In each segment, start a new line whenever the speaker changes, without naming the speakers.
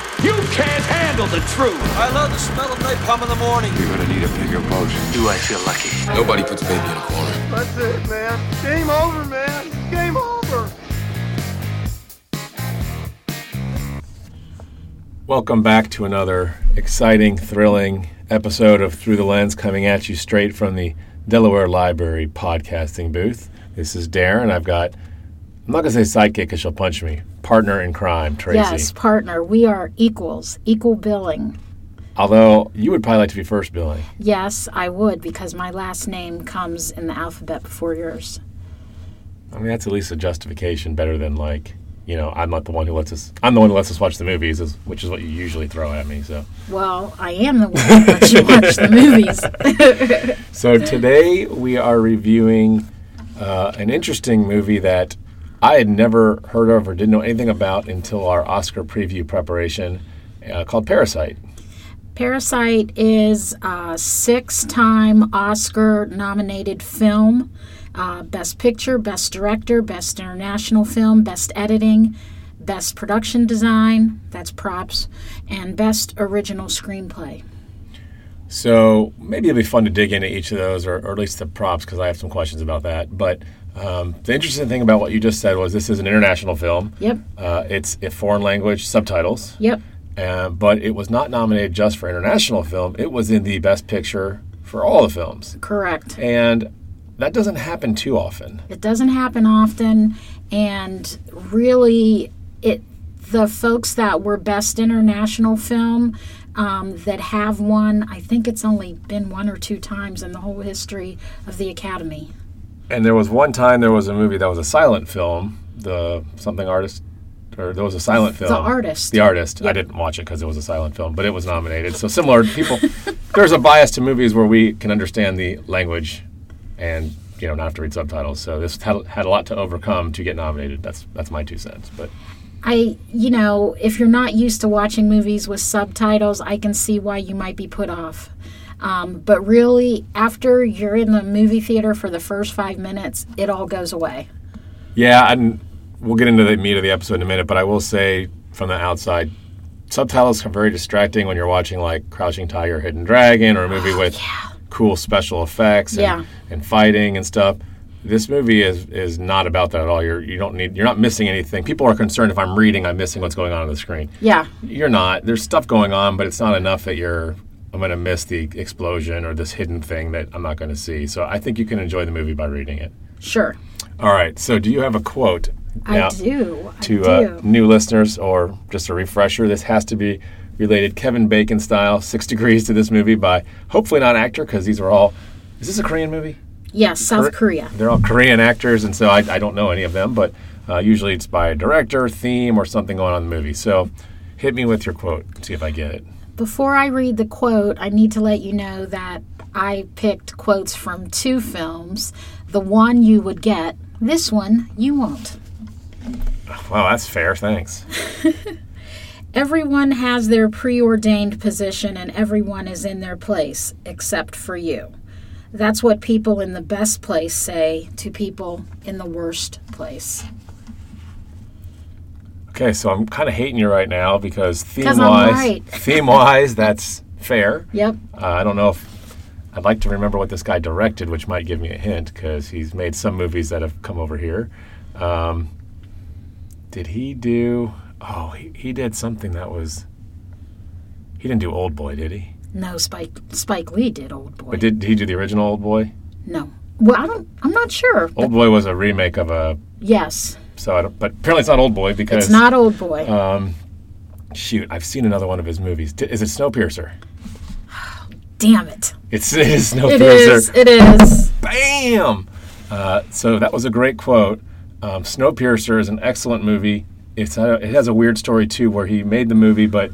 can't handle the truth.
I love the smell of napalm in the morning.
You're gonna need a bigger boat.
Do I feel lucky?
Nobody puts baby in a corner.
That's it, man. Game over, man. Game over.
Welcome back to another exciting, thrilling episode of Through the Lens coming at you straight from the Delaware Library podcasting booth. This is Darren. I've got, I'm not going to say sidekick because she'll punch me, partner in crime, Tracy.
Yes, partner. We are equals, equal billing.
Although you would probably like to be first billing.
Yes, I would because my last name comes in the alphabet before yours.
I mean, that's at least a justification better than like, you know, I'm not the one who lets us, I'm the one who lets us watch the movies, is, which is what you usually throw at me. So.
Well, I am the one that you watch the movies.
So today we are reviewing uh, an interesting movie that I had never heard of or didn't know anything about until our Oscar preview preparation uh, called Parasite.
Parasite is a six time Oscar nominated film uh, Best Picture, Best Director, Best International Film, Best Editing, Best Production Design, that's props, and Best Original Screenplay.
So maybe it'll be fun to dig into each of those, or, or at least the props, because I have some questions about that. But um, the interesting thing about what you just said was this is an international film.
Yep,
Uh, it's a foreign language subtitles.
yep.
Uh, but it was not nominated just for international film. It was in the best picture for all the films.
Correct.
And that doesn't happen too often.
It doesn't happen often, and really, it the folks that were best international film um, that have won. I think it's only been one or two times in the whole history of the Academy.
And there was one time there was a movie that was a silent film, the something artist, or there was a silent film.
The artist.
The artist. I didn't watch it because it was a silent film, but it was nominated. So similar people, there's a bias to movies where we can understand the language, and you know not have to read subtitles. So this had, had a lot to overcome to get nominated. That's that's my two cents. But
I, you know, if you're not used to watching movies with subtitles, I can see why you might be put off. Um, but really, after you're in the movie theater for the first five minutes, it all goes away.
Yeah, and we'll get into the meat of the episode in a minute, but I will say from the outside, subtitles are very distracting when you're watching like Crouching Tiger, Hidden Dragon, or a movie with cool special effects and,
Yeah.
and fighting and stuff. This movie is is not about that at all. You're you don't need you're not missing anything. People are concerned if I'm reading, I'm missing what's going on on the screen.
Yeah.
You're not. There's stuff going on, but it's not enough that you're I'm going to miss the explosion or this hidden thing that I'm not going to see. So I think you can enjoy the movie by reading it.
Sure.
All right. So, do you have a quote?
I do. I
To
do.
uh, new listeners, or just a refresher, this has to be related Kevin Bacon style, Six Degrees to this movie by hopefully not an actor because these are all. Is this a Korean movie?
yes, South Korea.
They're all Korean actors, and so I, I don't know any of them, but uh, usually it's by a director, theme, or something going on in the movie. So, hit me with your quote. See if I get it.
Before I read the quote, I need to let you know that I picked quotes from two films. The one you would get, this one you won't.
Wow, that's fair. Thanks.
Everyone has their preordained position and everyone is in their place, except for you. That's what people in the best place say to people in the worst place.
Okay, so I'm kind of hating you right now because theme
'Cause I'm
wise,
right.
theme wise, that's fair.
Yep.
Uh, I don't know if I'd like to remember what this guy directed, which might give me a hint because he's made some movies that have come over here. Um, did he do? Oh, he, he did something that was. He didn't do Old Boy, did he?
No, Spike Spike Lee did Old Boy.
But did, did he do the original Old Boy?
no. Well, I don't I'm not sure.
Old Boy was a remake of a.
Yes.
So I don't, but apparently it's not Old Boy because
It's not Old Boy.
Uh, shoot, I've seen another one of his movies. D- is it Snowpiercer?
Damn it.
It's it is Snowpiercer.
It is. It is.
bam. Uh, so that was a great quote. Um, Snowpiercer is an excellent movie. It's uh, it has a weird story too, where he made the movie, but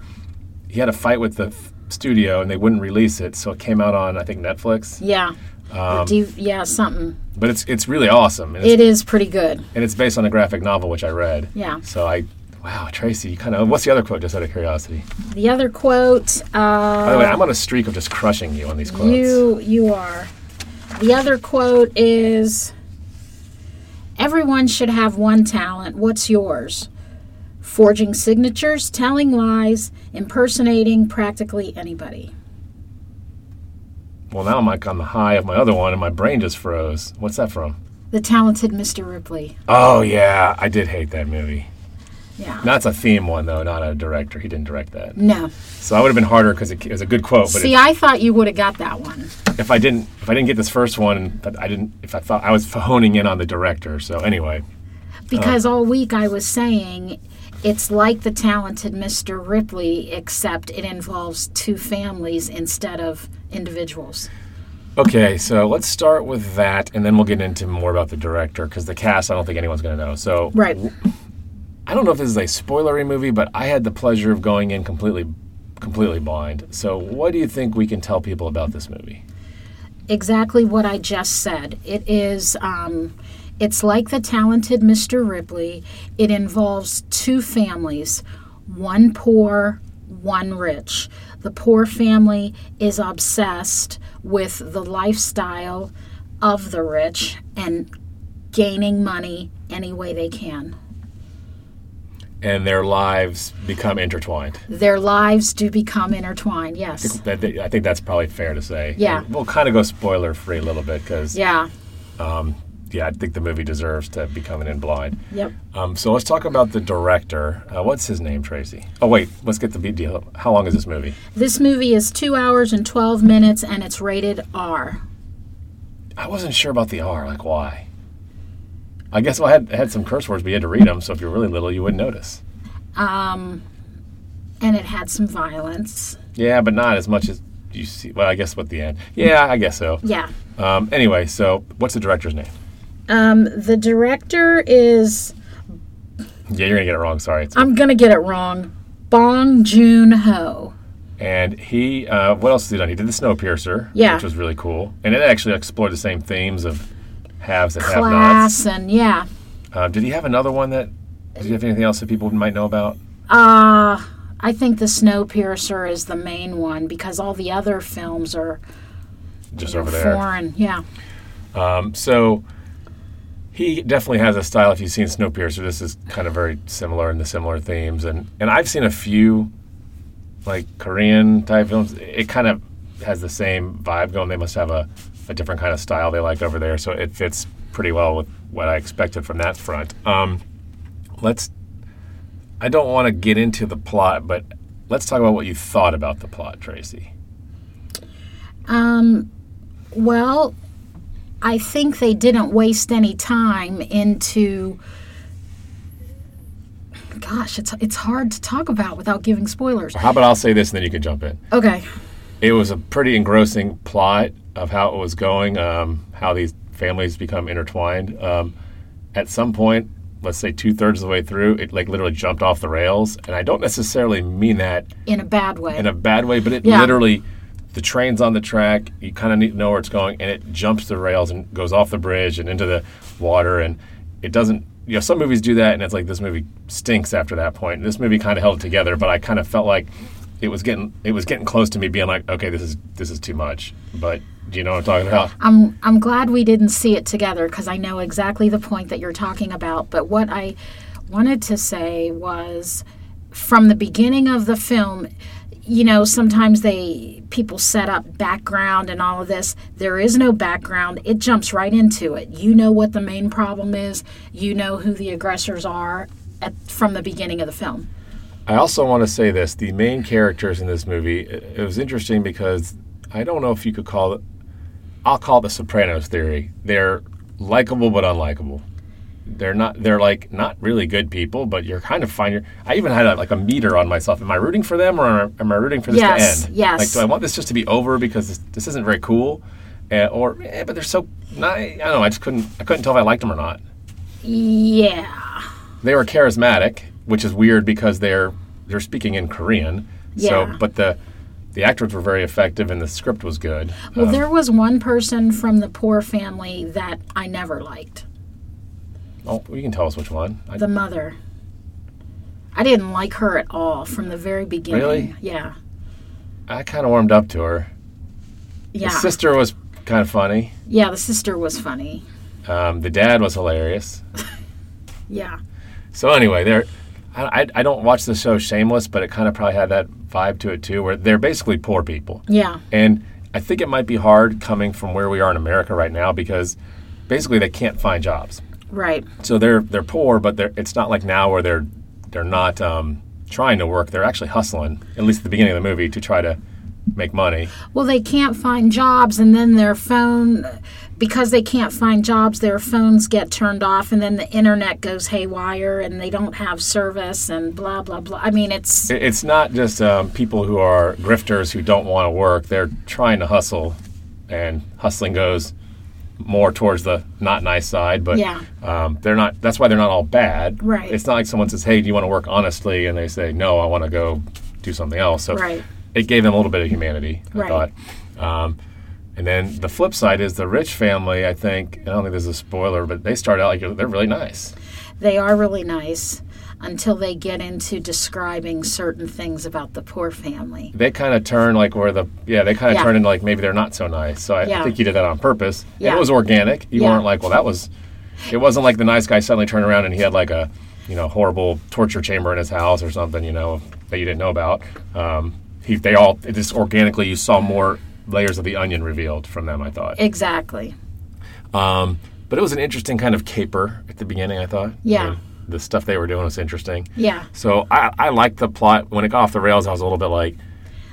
he had a fight with the f- studio and they wouldn't release it, so it came out on I think Netflix.
Yeah. Or do you- yeah, something.
But it's it's really awesome, and it's,
It is pretty good.
and it's based on a graphic novel which I read.
Yeah.
So I. Wow, Tracy, you kind of. What's the other quote, just out of curiosity?
The other quote, uh,
By the way, I'm on a streak of just crushing you on these quotes.
you you are. The other quote is everyone should have one talent. What's yours? forging signatures, telling lies, impersonating practically anybody.
Well, now I'm like on the high of my other one, and my brain just froze. What's that from?
The talented Mr. Ripley.
Oh yeah, I did hate that movie.
Yeah.
No, it's a theme one though, not a director. He didn't direct that,
No.
so that would have been harder because it, it was a good quote. But
See,
if,
I thought you would have got that one.
if I didn't, if I didn't get this first one, but I didn't. If I thought I was honing in on the director, so anyway,
because all week I was saying it's like the talented Mr. Ripley, except it involves two families instead of individuals.
okay. So let's start with that, and then we'll get into more about the director because the cast, I don't think anyone's going to know. So
Right.
I don't know if this is a spoilery movie, but I had the pleasure of going in completely, completely blind. So what do you think we can tell people about this movie?
Exactly what I just said. It is. Um, it's like the talented Mr. Ripley. It involves two families, one poor, one rich. The poor family is obsessed with the lifestyle of the rich and gaining money any way they can.
And their lives become intertwined.
Their lives do become intertwined, yes.
That- that- I think that's probably fair to say.
Yeah.
And we'll kind of go spoiler free a little bit because yeah.
Yeah,
I think the movie deserves to be coming in blind.
yep.
Um, so let's talk about the director. Uh, what's his name, Tracy? Oh wait, let's get the big deal. How long is this movie?
This movie is two hours and 12 minutes and it's rated R.
I wasn't sure about the R. Like why? I guess well, I had, I had some curse words, but you had to read them. So if you're really little, you wouldn't notice.
and it had some violence.
Yeah, but not as much as you see. Well, I guess what the end. Yeah, I guess so.
Yeah.
Um, anyway, so what's the director's name?
Um, the director is,
Yeah, you're gonna get it wrong. Sorry. It's-
I'm going to get it wrong, Bong Joon Ho.
And he, uh, what else has he done? He did the Snowpiercer,
Yeah.
which was really cool, and it actually explored the same themes of haves and have-nots.
Class and yeah.
Uh, did he have another one that? Did he have anything else that people might know about?
Uh, I think the Snowpiercer is the main one because all the other films are
Just over there.
foreign. Yeah.
So he definitely has a style. If you've seen Snowpiercer, this is kind of very similar in the similar themes, and and I've seen a few like Korean type films. It kind of has the same vibe going. They must have a, a different kind of style they like over there, so it fits pretty well with what I expected from that front. Um, let's. I don't want to get into the plot, but let's talk about what you thought about the plot, Tracy.
Well, I think they didn't waste any time into. Gosh, it's it's hard to talk about without giving spoilers.
How about I'll say this and then you can jump in.
Okay.
it was a pretty engrossing plot of how it was going, um, how these families become intertwined. Um, at some point, let's say two thirds of the way through, it like literally jumped off the rails, and I don't necessarily mean that
In a bad way.
in a bad way, but it
Yeah.
literally the train's on the track, you kind of need to know where it's going, and it jumps the rails and goes off the bridge and into the water, and it doesn't. You know, some movies do that, and it's like this movie stinks after that point. And this movie kind of held it together, but I kind of felt like it was getting it was getting close to me being like, okay, this is this is too much. But do you know what I'm talking about?
I'm Um, I'm glad we didn't see it together because I know exactly the point that you're talking about. But what I wanted to say was, from the beginning of the film, you know, sometimes they people set up background and all of this. There is no background; it jumps right into it. You know what the main problem is. You know who the aggressors are at, from the beginning of the film.
I also want to say this: the main characters in this movie. It, it was interesting because I don't know if you could call it. I'll call it the Sopranos theory. They're likable but unlikable. They're not. They're like not really good people, but you're kind of fine. You're, I even had a, like a meter on myself. Am I rooting for them or am I- am I rooting for this
Yes,
to end?
yes.
Like, do I want this just to be over because this, this isn't very cool, uh, or eh, but they're so. Not, I don't know. I just couldn't. I couldn't tell if I liked them or not
Yeah,
they were charismatic, which is weird because they're they're speaking in Korean.
Yeah.
So, but the the actors were very effective and the script was good.
Well, there was one person from the poor family that I never liked.
Oh, you can tell us which one. I,
the mother. I didn't like her at all from the very beginning.
Really?
Yeah.
I kind of warmed up to her.
Yeah.
The sister was kind of funny.
yeah, the sister was funny.
Um, the dad was hilarious.
Yeah.
So anyway, there. I, I- I don't watch the show Shameless, but it kind of probably had that vibe to it too, where they're basically poor people.
Yeah.
And I think it might be hard coming from where we are in America right now because basically they can't find jobs.
Right.
So they're they're poor, but they're, it's not like now where they're they're not um, trying to work. They're actually hustling, at least at the beginning of the movie, to try to make money.
Well, they can't find jobs, and then their phone, because they can't find jobs, their phones get turned off, and then the internet goes haywire, and they don't have service, and blah, blah, blah. I mean, it's.
It- It's not just um, people who are grifters who don't want to work. They're trying to hustle, and hustling goes more towards the not nice side. But
Yeah.
um, they're not. That's why they're not all bad.
Right.
It's not like someone says, "Hey, do you want to work honestly?" And they say, "No, I want to go do something else." So
Right.
it gave them a little bit of humanity. I
Right.
thought. Um, and then the flip side is the rich family. I think I don't think this is a spoiler, but they start out like they're really nice.
they are really nice until they get into describing certain things about the poor family.
they kind of turn like where the yeah they kind of
Yeah.
turn into like maybe they're not so nice. So I,
Yeah.
I think you did that on purpose. And
Yeah.
It was organic. You
Yeah.
weren't like well that was. It wasn't like the nice guy suddenly turned around and he had like a you know horrible torture chamber in his house or something you know that you didn't know about. Um, he, they all it just organically you saw more layers of the onion revealed from them. I thought.
Exactly.
Um, but it was an interesting kind of caper at the beginning. I thought.
Yeah.
I mean, the stuff they were doing was interesting.
Yeah.
So I, I liked the plot. When it got off the rails, I was a little bit like,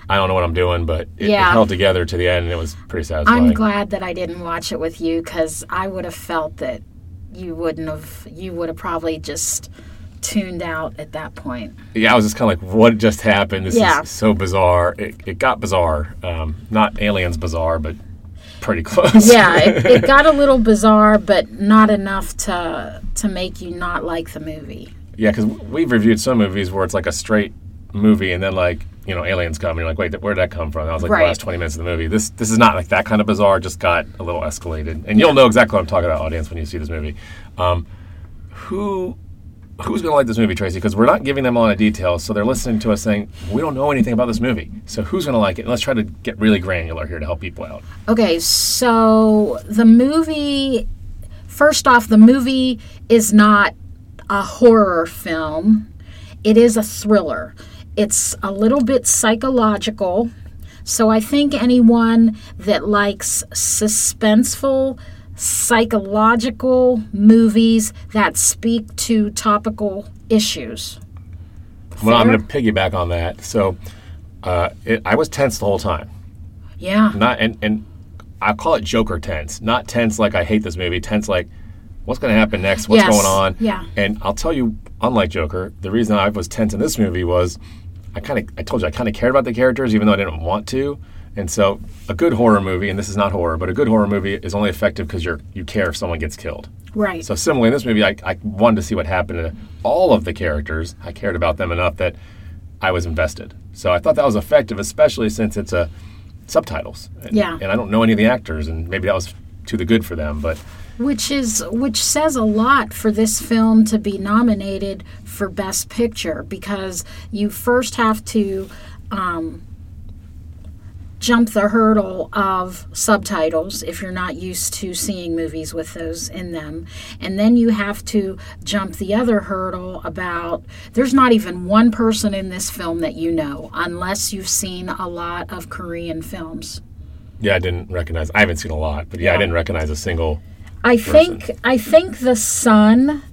I don't know what I'm doing, but it, it
Yeah.
held together to the end, and it was pretty satisfying.
I'm glad that I didn't watch it with you because I would have felt that you wouldn't have, you would have probably just tuned out at that point.
Yeah, I was just kind of like, what just happened? This
Yeah.
is so bizarre. It, it got bizarre. Um, not aliens bizarre, but pretty close.
Yeah, it, it got a little bizarre, but not enough to to make you not like the movie.
yeah, because we've reviewed some movies where it's like a straight movie, and then like you know aliens come, and you're like, wait, th- where'd that come from? That was like
Right.
the last 20 minutes of the movie. This this is not like that kind of bizarre. it Just got a little escalated, and you'll know exactly what I'm talking about, audience, when you see this movie. Um, who who's going to like this movie, Tracy? Because we're not giving them a lot of details, so they're listening to us saying we don't know anything about this movie. So who's going to like it? And let's try to get really granular here to help people out.
Okay, so the movie first off, the movie is not a horror film. It is a thriller. It's a little bit psychological. So I think anyone that likes suspenseful psychological movies that speak to topical issues.
Well, I'm
Fair.
going to piggyback on that. So uh, it, I was tense the whole time.
Yeah.
not and and I call it Joker tense, not tense like I hate this movie, tense like what's going to happen next, what's
Yes,
going on.
yeah.
And I'll tell you, unlike Joker, the reason I was tense in this movie was I kind of I told you I kind of cared about the characters even though I didn't want to. And so a good horror movie, and this is not horror, but a good horror movie is only effective because you're you care if someone gets killed.
Right.
So similarly in this movie, I, I wanted to see what happened to all of the characters. I cared about them enough that I was invested. So I thought that was effective, especially since it's a subtitles. And,
Yeah.
And I don't know any of the actors, and maybe that was to the good for them. But
which is which says a lot for this film to be nominated for best picture because you first have to um, jump the hurdle of subtitles if you're not used to seeing movies with those in them and then you have to jump the other hurdle about there's not even one person in this film that you know unless you've seen a lot of korean films
yeah, I didn't recognize. I haven't seen a lot, but yeah, I didn't recognize a single.
I think I think the son,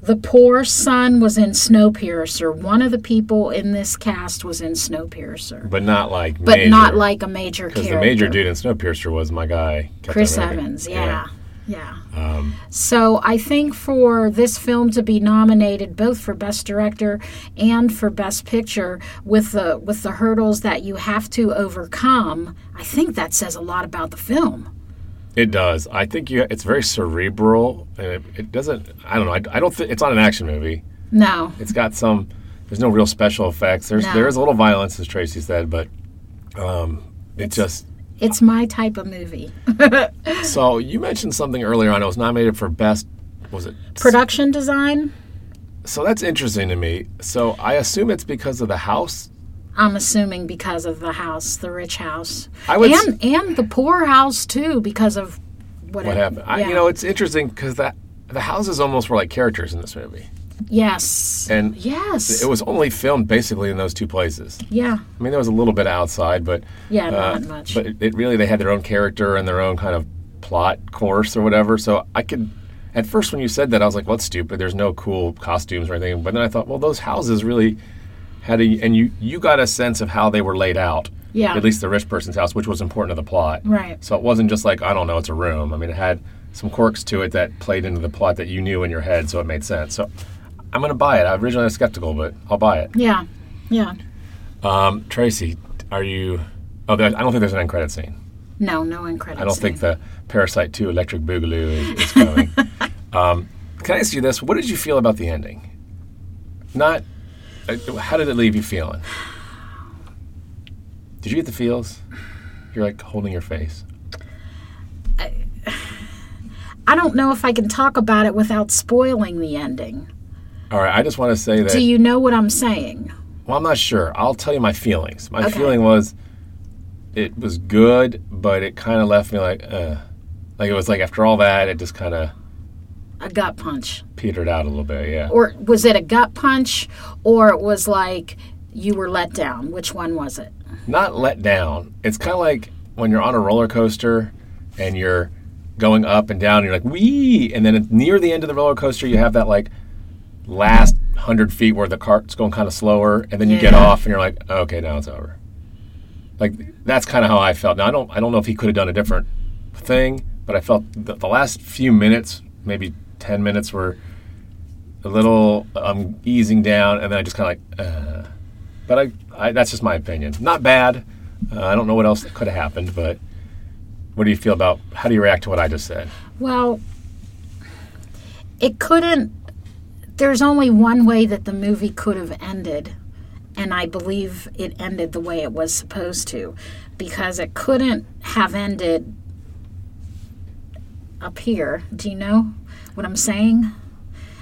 the poor son, was in Snowpiercer. One of the people in this cast was in Snowpiercer,
But not like.
but not like a major
Because
character.
the major dude in Snowpiercer was my guy, Captain
Chris
America.
Evans. Yeah, yeah.
Um,
so I think for this film to be nominated both for best director and for best picture, with the with the hurdles that you have to overcome, I think that says a lot about the film.
It does. I think you. It's very cerebral, and it, it doesn't. I don't know. I, I don't. think it's not an action movie.
No,
It's got some. There's no real special effects. There's
No.
there is a little violence, as Tracy said, but um, it just.
it's my type of movie.
So you mentioned something earlier on. It was nominated for best. Was it?
Production design.
So that's interesting to me. So I assume it's because of the house.
I'm assuming because of the house, the rich house,
I would s-
and and the poor house too, because of what, it-
What happened? I,
yeah.
you know, it's interesting because that the houses almost were like characters in this movie.
Yes.
And
yes.
It was only filmed basically in those two places.
yeah.
I mean, there was a little bit outside, but
Yeah,
uh,
not much.
But it, it really they had their own character and their own kind of plot course or whatever. So I could. At first, when you said that, I was like, "What's stupid? There's no cool costumes or anything." But then I thought, well, those houses really had a, and you you got a sense of how they were laid out.
Yeah.
At least the rich person's house, which was important to the plot.
Right.
So it wasn't just like I don't know, it's a room. I mean, it had some quirks to it that played into the plot that you knew in your head, so it made sense. So I'm gonna buy it. I originally was skeptical, but I'll buy it.
yeah. Yeah.
Um, Tracy, are you? Oh, there, I don't think there's an end credit scene.
No, no in credits.
I don't think the Parasite 2 Electric Boogaloo is, is coming. um, can I ask you this? What did you feel about the ending? Not. uh, How did it leave you feeling? Did you get the feels? You're like holding your face.
I don't know if I can talk about it without spoiling the ending.
All right, I just want to say that.
Do you know what I'm saying?
Well, I'm not sure. I'll tell you my feelings. My
Okay.
feeling was it was good, but it kind of left me like, uh, like it was like after all that, it just kind of
A gut punch.
petered out a little bit. Yeah.
Or was it a gut punch or it was like you were let down? Which one was it?
not let down. It's kind of like when you're on a roller coaster and you're going up and down, and you're like, wee! And then at- near the end of the roller coaster, you have that like last hundred feet where the cart's going kind of slower, and then you get
Yeah.
off and you're like, okay, now it's over. Like that's kind of how I felt. Now I don't, I don't know if he could have done a different thing, but I felt the, the last few minutes, maybe ten minutes, were a little um, easing down, and then I just kind of like. Uh, but I, I that's just my opinion. Not bad. Uh, I don't know what else could have happened, but what do you feel about? How do you react to what I just said?
Well, it couldn't. There's only one way that the movie could have ended, and I believe it ended the way it was supposed to, because it couldn't have ended up here. Do you know what I'm saying?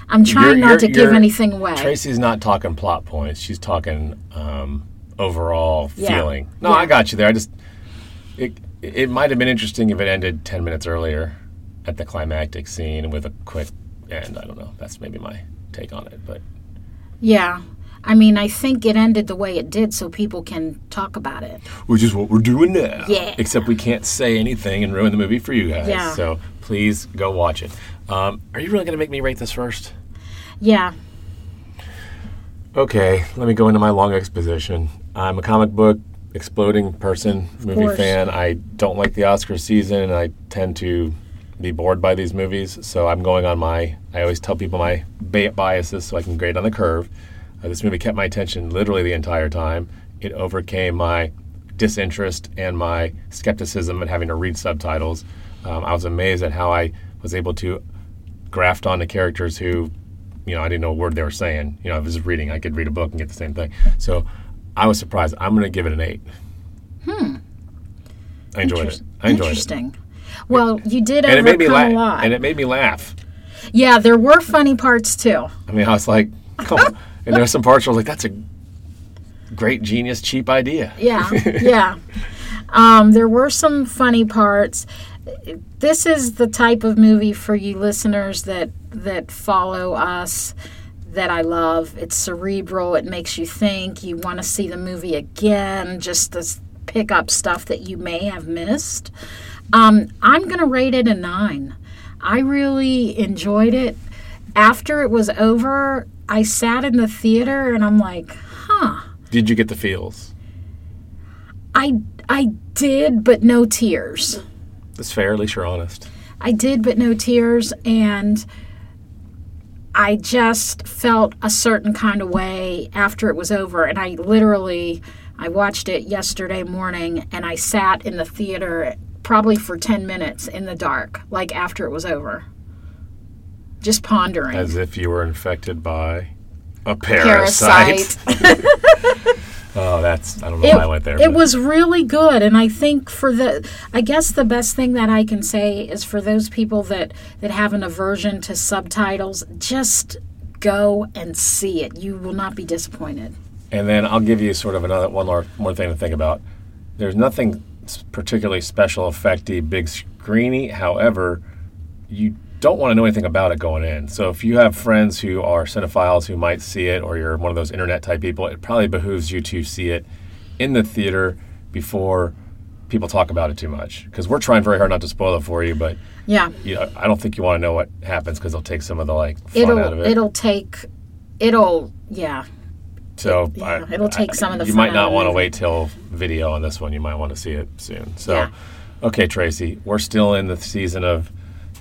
I'm trying
You're-
not to
you're-
give
you're-
anything away.
Tracy's not talking plot points. She's talking um, overall
Yeah.
feeling. No,
Yeah.
I got you there. I just it it might have been interesting if it ended ten minutes earlier at the climactic scene with a quick end. I don't know. That's maybe my take on it, but.
yeah. I mean, I think it ended the way it did so people can talk about it.
which is what we're doing now.
Yeah.
Except we can't say anything and ruin the movie for you guys.
Yeah.
So please go watch it. Um, are you really going to make me rate this first?
Yeah.
Okay, let me go into my long exposition. I'm a comic book exploding person, movie
course.
fan. I don't like the Oscar season and I tend to be bored by these movies. So I'm going on my, I always tell people my ba- biases so I can grade on the curve. Uh, this movie kept my attention literally the entire time. It overcame my disinterest and my skepticism at having to read subtitles. Um, I was amazed at how I was able to graft onto characters who, you know, I didn't know a word they were saying. You know, I was just reading. I could read a book and get the same thing. So I was surprised. I'm going to give it an eight. Hmm. I enjoyed it. I enjoyed it.
Interesting. Well, you did
And it made me
overcome a
laugh.
lot.
And it made me laugh.
Yeah, there were funny parts too.
I mean, I was like, come on. And there's some parts where I was like, that's a great, genius, cheap idea.
Yeah, yeah. Um, there were some funny parts. This is the type of movie for you listeners that that follow us that I love. It's cerebral. It makes you think. You want to see the movie again, just to s- pick up stuff that you may have missed. Um, I'm gonna rate it a nine. I really enjoyed it. After it was over, I sat in the theater and I'm like, huh.
Did you get the feels?
I I did, but no tears.
That's fair. At least you're honest.
I did, but no tears, and I just felt a certain kind of way after it was over. And I literally, I watched it yesterday morning, and I sat in the theater probably for ten minutes in the dark, like after it was over, just pondering.
As if you were infected by a parasite.
Parasite.
Oh, that's, I don't know
it,
why I went there.
it
but-
was really good, and I think for the, I guess the best thing that I can say is for those people that that have an aversion to subtitles, just go and see it. You will not be disappointed.
And then I'll give you sort of another one more, more thing to think about. There's nothing s- particularly special effecty, big screeny. However, you don't want to know anything about it going in. So if you have friends who are cinephiles who might see it, or you're one of those internet type people, it probably behooves you to see it in the theater before people talk about it too much. Because we're trying very hard not to spoil it for you, but
Yeah.
you know, I don't think you want to know what happens because it'll take some of the like fun
It'll
out of it.
will take it'll yeah.
so
yeah, it'll take some of the
You
fun
might
out
not
of
want to
it.
wait till video on this one. You might want to see it soon. So,
Yeah.
okay, Tracy, we're still in the season of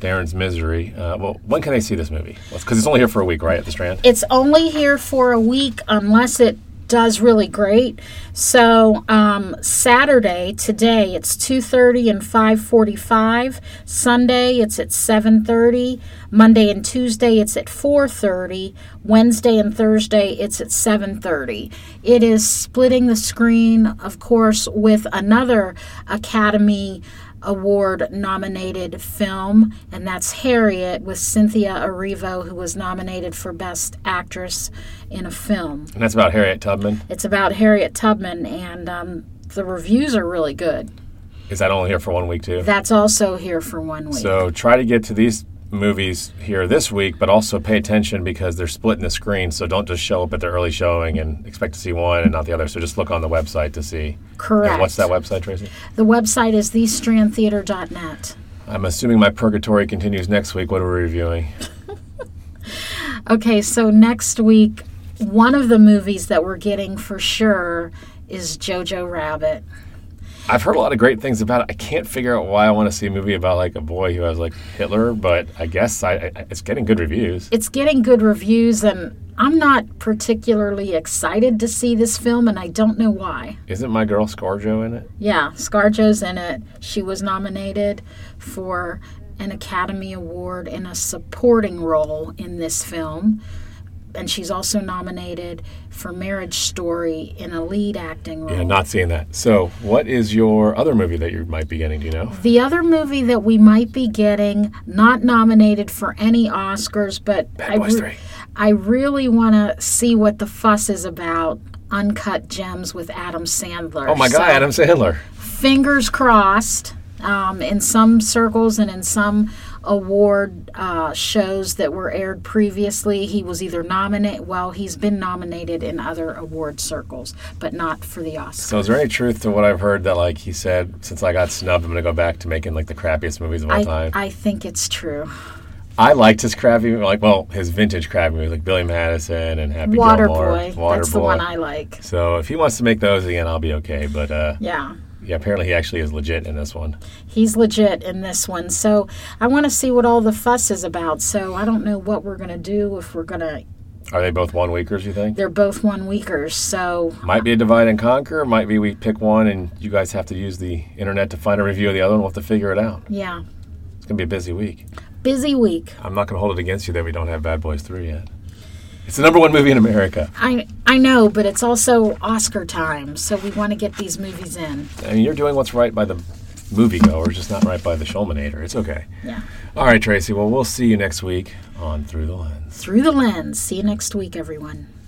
Darren's Misery. Uh, well, when can I see this movie? Because it's only here for a week, right? At the Strand.
It's only here for a week unless it does really great. So um, Saturday today it's two thirty and five forty five. Sunday it's at seven thirty. Monday and Tuesday it's at four thirty. Wednesday and Thursday it's at seven thirty. It is splitting the screen, of course, with another Academy award nominated film and that's harriet with cynthia erivo who was nominated for best actress in a film
And that's about Harriet Tubman.
it's about harriet tubman and um, the reviews are really good
Is that only here for one week too?
that's also here for one week
So try to get to these movies here this week, but also pay attention because they're splitting the screen. So don't just show up at the early showing and expect to see one and not the other. So just look on the website to see.
correct
And what's that website, Tracy?
the website is thestrandtheater.net
I'm assuming my purgatory continues next week. What are we reviewing?
okay so next week one of the movies that we're getting for sure is jojo rabbit
I've heard a lot of great things about it. I can't figure out why I want to see a movie about like a boy who has like Hitler, but I guess I, I it's getting good reviews.
it's getting good reviews and I'm not particularly excited to see this film and I don't know why.
Isn't my girl ScarJo in it?
Yeah, ScarJo's in it. She was nominated for an Academy Award in a supporting role in this film. And she's also nominated for Marriage Story in a lead acting role.
Yeah, not seeing that. So, what is your other movie that you might be getting? Do you know?
The other movie that we might be getting, not nominated for any Oscars, but
Bad
I,
Boys
re-
3.
I really want to see what the fuss is about. Uncut Gems with Adam Sandler.
Oh my
So,
God, Adam Sandler.
Fingers crossed. Um, in some circles and in some award uh, shows that were aired previously, he was either nominated. Well, he's been nominated in other award circles, but not for the Oscars.
So, is there any truth to what I've heard that like he said? Since I got snubbed, I'm gonna go back to making like the crappiest movies of all
I,
time.
I think it's true.
I liked his crappy, like well, his vintage crappy movies, like Billy Madison and Happy Gilmore,
Waterboy. That's the
Waterboy.
one I like.
So, if he wants to make those again, I'll be okay. But uh,
Yeah.
yeah, apparently he actually is legit in this one.
He's legit in this one. So I want to see what all the fuss is about. So I don't know what we're going to do if we're going to.
Are they both one weekers? You think?
They're both one weekers. So
Might be a divide and conquer. Might be we pick one and you guys have to use the internet to find a review of the other one. We'll have to figure it out.
yeah,
It's gonna be a busy week.
busy week.
I'm not gonna hold it against you that we don't have Bad Boys Three yet. It's the number one movie in America.
I I know, but it's also Oscar time. So we want to get these movies in.
I mean, you're doing what's right by the moviegoers, just not right by the showmanator. It's okay.
Yeah.
All right, Tracy. Well, we'll see you next week on Through the Lens.
Through the lens. See you next week, everyone.